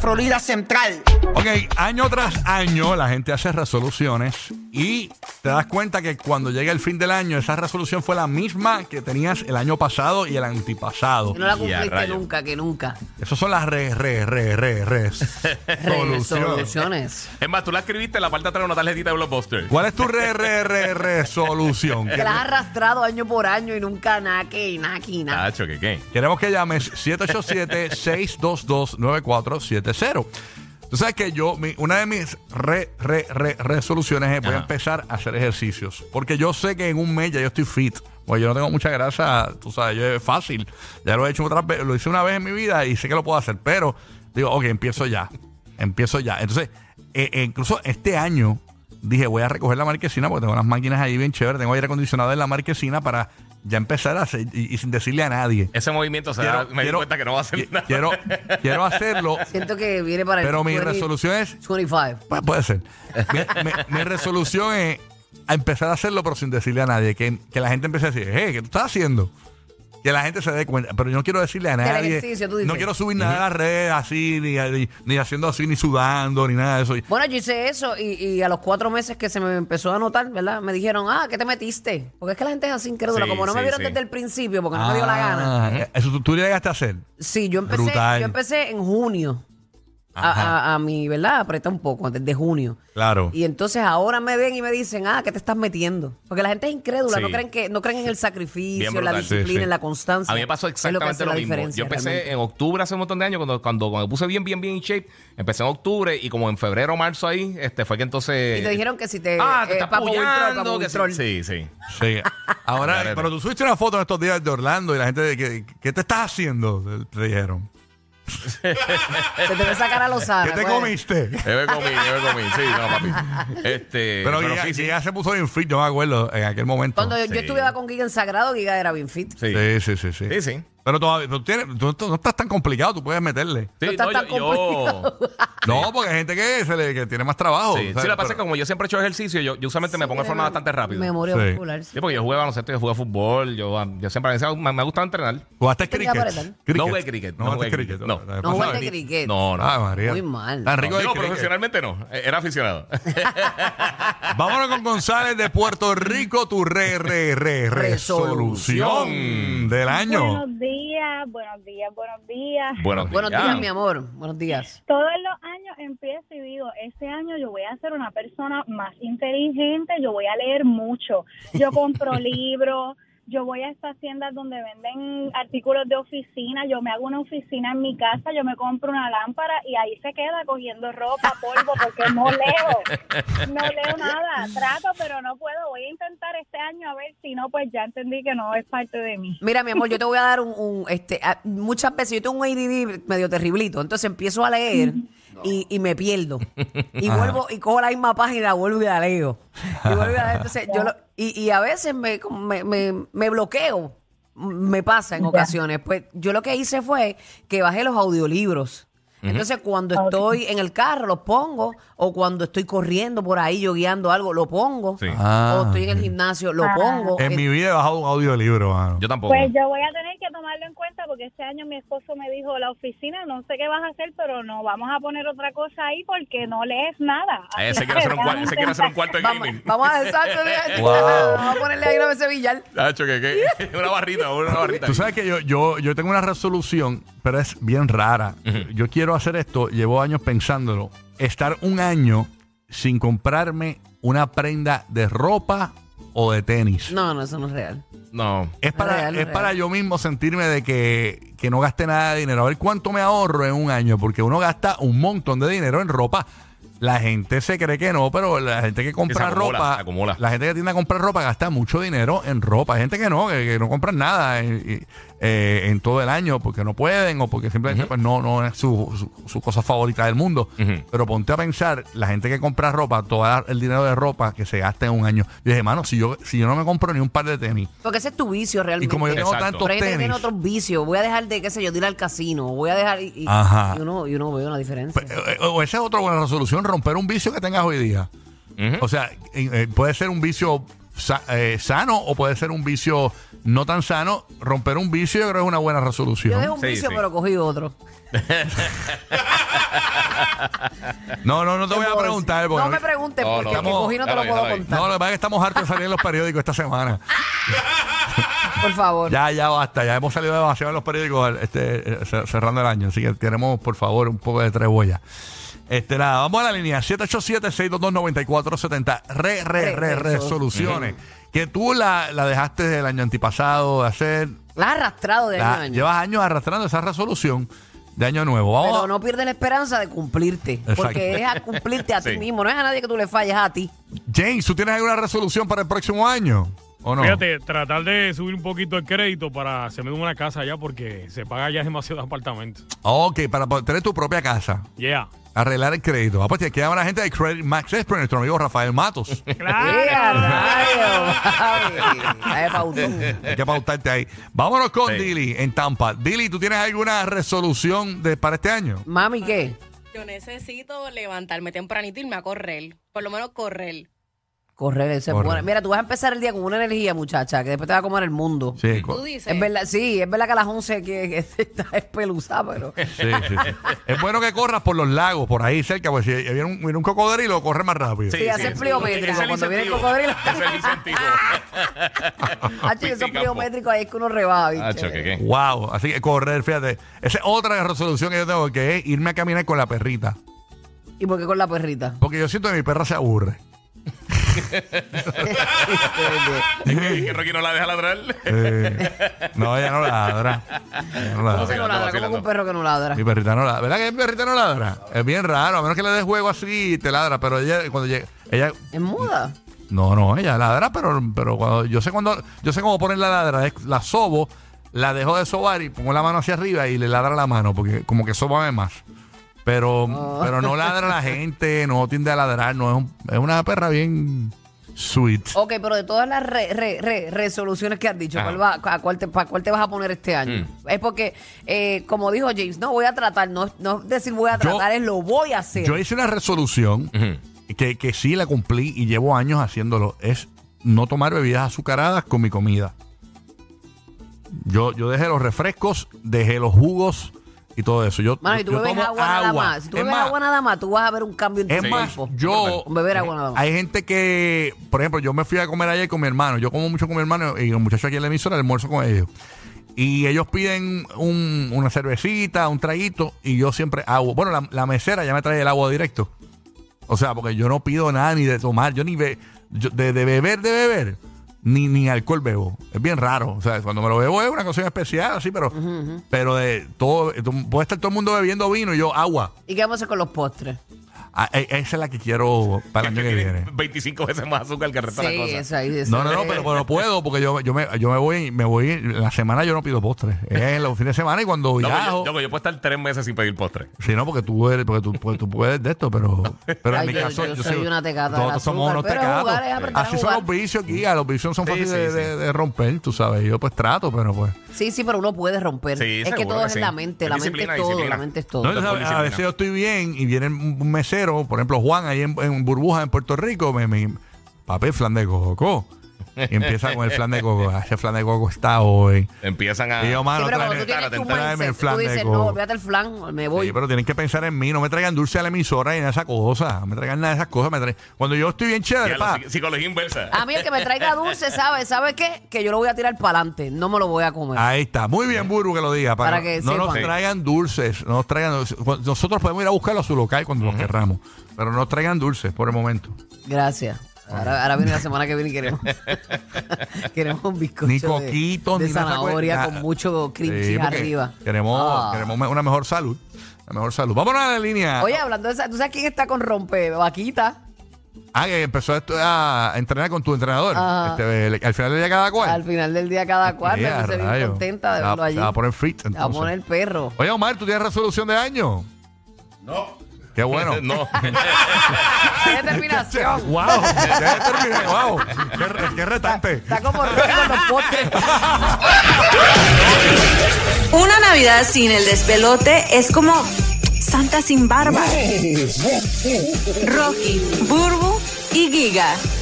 Florida Central. Ok, año tras año la gente hace resoluciones y te das cuenta que cuando llega el fin del año esa resolución fue la misma que tenías el año pasado y el antipasado. Que no la Y a cumpliste rayos. nunca, que nunca. Esas son las re, re, re, re, re soluciones. Resoluciones. Es más, tú la escribiste en la parte de atrás de una tarjetita de Blockbuster. ¿Cuál es tu re, re, re, re solución? Que la has arrastrado año por año y nunca naque, naqui, naqui. Nacho, ¿qué qué? Queremos que llames 787-622-9470. Tú sabes que yo, mi- una de mis re, re, re, resoluciones es voy a Ajá. empezar a hacer ejercicios. Porque yo sé que en un mes ya yo estoy fit. Pues yo no tengo mucha grasa, tú sabes, yo es fácil. Ya lo he hecho otras veces, lo hice una vez en mi vida y sé que lo puedo hacer. Pero digo, ok, empiezo ya. Empiezo ya. Entonces, eh, eh, incluso este año dije, voy a recoger la marquesina porque tengo unas máquinas ahí bien chéveres. Tengo aire acondicionado en la marquesina para ya empezar a hacer y- y sin decirle a nadie Ese movimiento se da, me di cuenta que no va a hacer qui- nada. Quiero, quiero hacerlo, Siento que viene para el pero mi 20, resolución es. 25. pues, puede ser. Mi, mi- mi resolución es a empezar a hacerlo, pero sin decirle a nadie. Que, que la gente empiece a decir, hey, ¿qué tú estás haciendo? Que la gente se dé cuenta. Pero yo no quiero decirle a nadie. ejercicio, tú dices. No quiero subir nada a las redes así, ni, ni- ni haciendo así, ni sudando, ni nada de eso. Y- Bueno, yo hice eso y, y a los cuatro meses que se me empezó a notar, ¿verdad? Me dijeron, ah, ¿qué te metiste? Porque es que la gente es así incrédula. Sí, Como no me sí, vieron sí. desde el principio, porque no me dio la Ah, gana. eh, Eso tú, tú llegaste a hacer. Sí, yo empecé, Brutal. yo empecé en junio. A, a- a mi, ¿verdad? Apreté un poco, desde junio. Claro. Y entonces ahora me ven y me dicen, ah, ¿qué te estás metiendo? Porque la gente es incrédula, Sí. no creen que no creen en el sacrificio, Bien en la brutal. disciplina, Sí, sí. en la constancia. A mí me pasó Es que exactamente hace lo, la mismo. diferencia Yo empecé realmente. en octubre hace un montón de años, cuando, cuando, cuando me puse bien, bien, bien en shape, empecé en octubre y como en febrero o marzo ahí, este fue que entonces... Y te dijeron que si te... ah, te eh, estás Papo Buitrol, puyando, Papo que Buitrol. sí, sí, sí. Sí. Ahora, Garete. pero tú subiste una foto en estos días de Orlando y la gente, ¿qué, qué te estás haciendo? Te dijeron. Se te ve sacar a los pues. ¿Qué árabes. te comiste? Eh, Yo me comí, yo me comí, sí, no, papi. Este, Pero, pero Giga, sí, sí. Giga se puso bien fit, yo me acuerdo, en aquel momento. Cuando yo- Sí. yo estuviera con Giga en Sagrado, Giga era bien fit. Sí. Sí, sí, sí, sí. Sí, sí. Pero todavía, pero tiene- tú, tú no estás tan complicado, tú puedes meterle. Sí, No está tan complicado. No, porque hay gente que, se le, que tiene más trabajo. Sí, ¿sabes? sí, lo que pasa es que Pero- como yo siempre he hecho ejercicio, yo, yo usualmente me pongo en forma bastante rápido. Memoria Sí. muscular. sí. Sí, porque yo jugué baloncesto, yo jugué fútbol, yo, yo siempre me, me ha gustado entrenar. ¿Jugaste Tenía cricket? pared, cricket? No jugué cricket, no No jugaste jugué cricket. cricket, no. ¿verdad? No Pasa- jugaste cricket. No, no. Ah, María. Muy mal. Tan rico el Digo, cricket. profesionalmente no, eh, era aficionado. Vámonos con González de Puerto Rico, tu re, re, re, resolución Resolución. del año. Buenos días, buenos días, buenos días. Buenos días. Buenos días, mi amor. Buenos días. Todos los años empiezo y digo, este año yo voy a ser una persona más inteligente, yo voy a leer mucho, yo compro libros, yo voy a estas tiendas donde venden artículos de oficina, yo me hago una oficina en mi casa, yo me compro una lámpara y ahí se queda cogiendo ropa, polvo, porque no leo, no leo nada, trato pero no puedo, voy a intentar este año a ver si no, pues ya entendí que no es parte de mí. Mira, mi amor, yo te voy a dar un, un, este, a- muchas veces yo tengo un ADD medio terriblito, entonces empiezo a leer y, y me pierdo. Y vuelvo y cojo la misma página, vuelvo y la leo. Y vuelvo y la leo. Entonces, yo lo- y, y a veces me, como me, me- me bloqueo. Me pasa en ocasiones. Pues yo lo que hice fue que bajé los audiolibros. Entonces, cuando estoy en el carro, los pongo, o cuando estoy corriendo por ahí, yo guiando algo, lo pongo. Sí. Ah. o estoy en el gimnasio, lo pongo. En mi vida he bajado un audiolibro, mano. Yo tampoco. Pues yo voy a tener que tomarlo en cuenta porque este año mi esposo me dijo, la oficina, no sé qué vas a hacer, pero no, vamos a poner otra cosa ahí porque no lees nada. Eh, Así Ese quiere hacer un, vamos cua- a ese quiere hacer un cuarto de Vamos, gaming. vamos a exacto, Wow. vamos a ponerle ahí una vez billar. Nacho, ¿qué, qué? una barrita, una barrita. Tú sabes que yo, yo, yo tengo una resolución, pero es bien rara. Yo quiero hacer esto, llevo años pensándolo. Estar un año sin comprarme una prenda de ropa o de tenis. No, no, eso no es real. No. Es para, Real, es real. para yo mismo sentirme de que, que no gaste nada de dinero. A ver cuánto me ahorro en un año, porque uno gasta un montón de dinero en ropa. La gente se cree que no, pero la gente que compra acumula, ropa, se acumula. la gente que tiende a comprar ropa gasta mucho dinero en ropa. Hay gente que no, que, que no compra nada eh, eh, en todo el año porque no pueden o porque simplemente pues, no, no es su, su- su cosa favorita del mundo. Ujú. Pero ponte a pensar, la gente que compra ropa, todo el dinero de ropa que se gasta en un año. Yo dije, mano, si yo, si yo no me compro ni un par de tenis, Porque ese es tu vicio realmente. y como yo tengo Exacto. tantos Pero hay gente que tenis, tiene otros vicios. Voy a dejar de, qué sé yo, de ir al casino. Voy a dejar. Y, y- Ajá. y uno, y uno ve una diferencia. eh, eh, o esa es otra buena resolución, romper un vicio que tengas hoy día. Ujú. O sea, eh, eh, puede ser un vicio sa- eh, sano o puede ser un vicio no tan sano. Romper un vicio yo creo que es una buena Yo resolución. dejé un Sí, vicio, sí. pero cogí otro. No, no, no te voy a puedo preguntar. decir? porque No me preguntes, No, no, porque el que estamos- cogí no te ya lo lo vi, puedo ya lo vi. contar. No, lo que pasa es que estamos hartos de salir en los periódicos esta semana. Por favor. Ya, ya basta, ya hemos salido demasiado en los periódicos este, eh, cer- cerrando el año, así que tenemos, por favor, un poco de trebolla. Este, nada, vamos a la línea 787-622-9470. Re, re, Re- re, re- resoluciones. Que tú la, la dejaste del año antipasado de hacer. La has arrastrado de La- año a año. Llevas años arrastrando esa resolución de año nuevo. Vamos Pero a- no pierdes la esperanza de cumplirte. Exacto. Porque es a cumplirte a ti Sí. mismo. No es a nadie que tú le falles, es a ti. James, ¿tú tienes alguna resolución para el próximo año? ¿O no? Fíjate, tratar de subir un poquito el crédito para hacerme una casa allá porque se paga ya demasiado apartamento. Ok, para po- tener tu propia casa. Yeah. Arreglar el crédito. Ah, pues te queda la gente de Credit Max Expert, nuestro amigo Rafael Matos. ¡Ea, rayos! Ay, Pautón. Hay que pautarte ahí. Vámonos con Sí. Dili en Tampa. Dili, ¿tú tienes alguna resolución de, para este año? Mami, ¿qué? Yo necesito levantarme tempranito y irme a correr. Por lo menos correr. Correr, ese es Correr. bueno. Mira, tú vas a empezar el día con una energía, muchacha, que después te va a comer el mundo. Sí, Tú co- sí, dices. Es verdad, sí, es verdad que a las 11 que, que se está espeluzada, pero sí, sí. Es bueno que corras por los lagos, por ahí cerca, porque si viene un, viene un cocodrilo, corre más rápido. Sí, hace frío métrico, Ese es el cuando viene el incentivo. cocodrilo. Ese es el incentivo. hacho, esos Pitica, fríos po. métricos ahí es que uno rebaja, bicho. Ah, choque, ¿qué? Wow, así que correr, fíjate. Esa es otra resolución que yo tengo, que es irme a caminar con la perrita. ¿Y por qué con la perrita? Porque yo siento que mi perra se aburre. Es que, es que Rocky no la deja ladrar. Eh, no, ella no ladra. Ella no ladra. ¿Cómo que no vacilando, ladra? ¿Cómo que vacilando. un perro que no ladra? Mi perrita no ladra. ¿Verdad que mi perrita no ladra? Es bien raro, a menos que le des juego así y te ladra, pero ella cuando llega, ella Es muda. No, no, ella ladra, pero, pero cuando, yo sé cuando, yo sé cómo poner la ladra, es- la sobo, la dejo de sobar y pongo la mano hacia arriba y le ladra la mano, porque como que sobame más. Pero, pero no ladra la gente, no tiende a ladrar, no es, un- es una perra bien sweet. Ok, pero de todas las re- re- re- resoluciones que has dicho, Ajá. ¿cuál va- a cuál te, ¿para cuál te vas a poner este año? Mm. Es porque, eh, como dijo James, no voy a tratar, no, no es decir voy a Yo- tratar, es lo voy a hacer. Yo hice una resolución que, que sí la cumplí y llevo años haciéndolo. Es no tomar bebidas azucaradas con mi comida. Yo, yo dejé los refrescos, dejé los jugos y todo eso. Yo, Mano, si tú yo bebes tomo agua, nada más, si tú es bebes más, agua nada más, tú vas a ver un cambio en tu es más, cuerpo. yo... Con beber agua nada más. Hay gente que, por ejemplo, yo me fui a comer ayer con mi hermano. Yo como mucho con mi hermano y los muchachos aquí en la emisora almuerzo con ellos. Y ellos piden un- una cervecita, un traguito y yo siempre agua. Bueno, la, la mesera ya me trae el agua directo. O sea, porque yo no pido nada ni de tomar, yo ni be- yo- de, de beber, de beber, ni, ni alcohol bebo. Es bien raro. O sea, cuando me lo bebo es una cosa especial, así, pero, pero de todo, puede estar todo el mundo bebiendo vino y yo agua. ¿Y qué vamos a hacer con los postres? Ah, e- esa es la que quiero para el año que viene. 25 veces más azúcar que el resto de la cosa. esa ahí, esa No, no, no, es- pero, pero puedo porque yo, yo, me, yo me voy, me voy, en la semana yo no pido postres. Es en los fines de semana y cuando No, pues, viajo. yo, yo- yo puedo estar tres meses sin pedir postre. Sí, no, porque tú eres, porque tú, porque tú puedes de esto, pero, pero en Ay, mi yo- caso yo soy una tecata del Todos somos azúcar, unos pero tecatos. jugar es aprender a Así son jugar. los vicios, guía. Los vicios son Sí, fáciles sí, de, sí. de- de romper, tú sabes. Yo pues trato, pero pues. Sí, sí, pero uno puede romper. Sí, es que seguro todo que es sí. la mente, Es la mente disciplina, es todo, la disciplina. mente es todo. No, Entonces, ¿sabes? por a veces disciplina. yo estoy bien y viene un mesero, por ejemplo Juan ahí en, en Burbuja, en Puerto Rico, me, me papel flan de coco. Y empieza con el flan de coco. Ah, Ese flan de coco está hoy. Empiezan a. Y yo, mano, sí, pero cuando tráeme- tú tienes tu tráeme el mindset, flan tú de dices, coco. no, olvídate el flan, me voy. Sí, pero tienen que pensar en mí. No me traigan dulce a la emisora ni nada de esas cosas. No me traigan nada de esas cosas. Me traen- Cuando yo estoy bien Ya, chévere, la pa. Ah, psic- psicología inversa. A mí el que me traiga dulce, ¿sabe? ¿Sabe qué? Que yo lo voy a tirar para adelante, no me lo voy a comer. Ahí está. Muy bien, Buru, que lo diga. Para, Para que no nos sepan. traigan dulces. No nos traigan dulces. Cu- Nosotros podemos ir a buscarlo a su local cuando lo querramos. Pero no nos traigan dulces por el momento. Gracias. Ahora, ahora viene la semana que viene y queremos, queremos un bizcocho Ni de- coquitos, de, ni nada, pues, zanahoria nada. con mucho cream Sí, cheese porque arriba. Queremos, Ah. queremos me- una mejor salud. La mejor salud. Vámonos a la línea. Oye, hablando de esa, ¿tú sabes quién está con rompe vaquita? Ah, que empezó esto a entrenar con tu entrenador. Ajá. Este, el- al final del día cada cual. Ah. Al final del día cada cual, me Ya, puse bien rayos. contenta de Se va- verlo allí. se va a poner fit, Se va a entonces. poner perro. Oye, Omar, ¿tú tienes resolución de año? No. Qué bueno. no. ¡Qué determinación! ¡Wow! ¡Wow! ¡Qué, re- qué retante! Está como Rocky con los postres. Una Navidad sin el despelote es como Santa sin barba. Rocky, Burbu y Giga.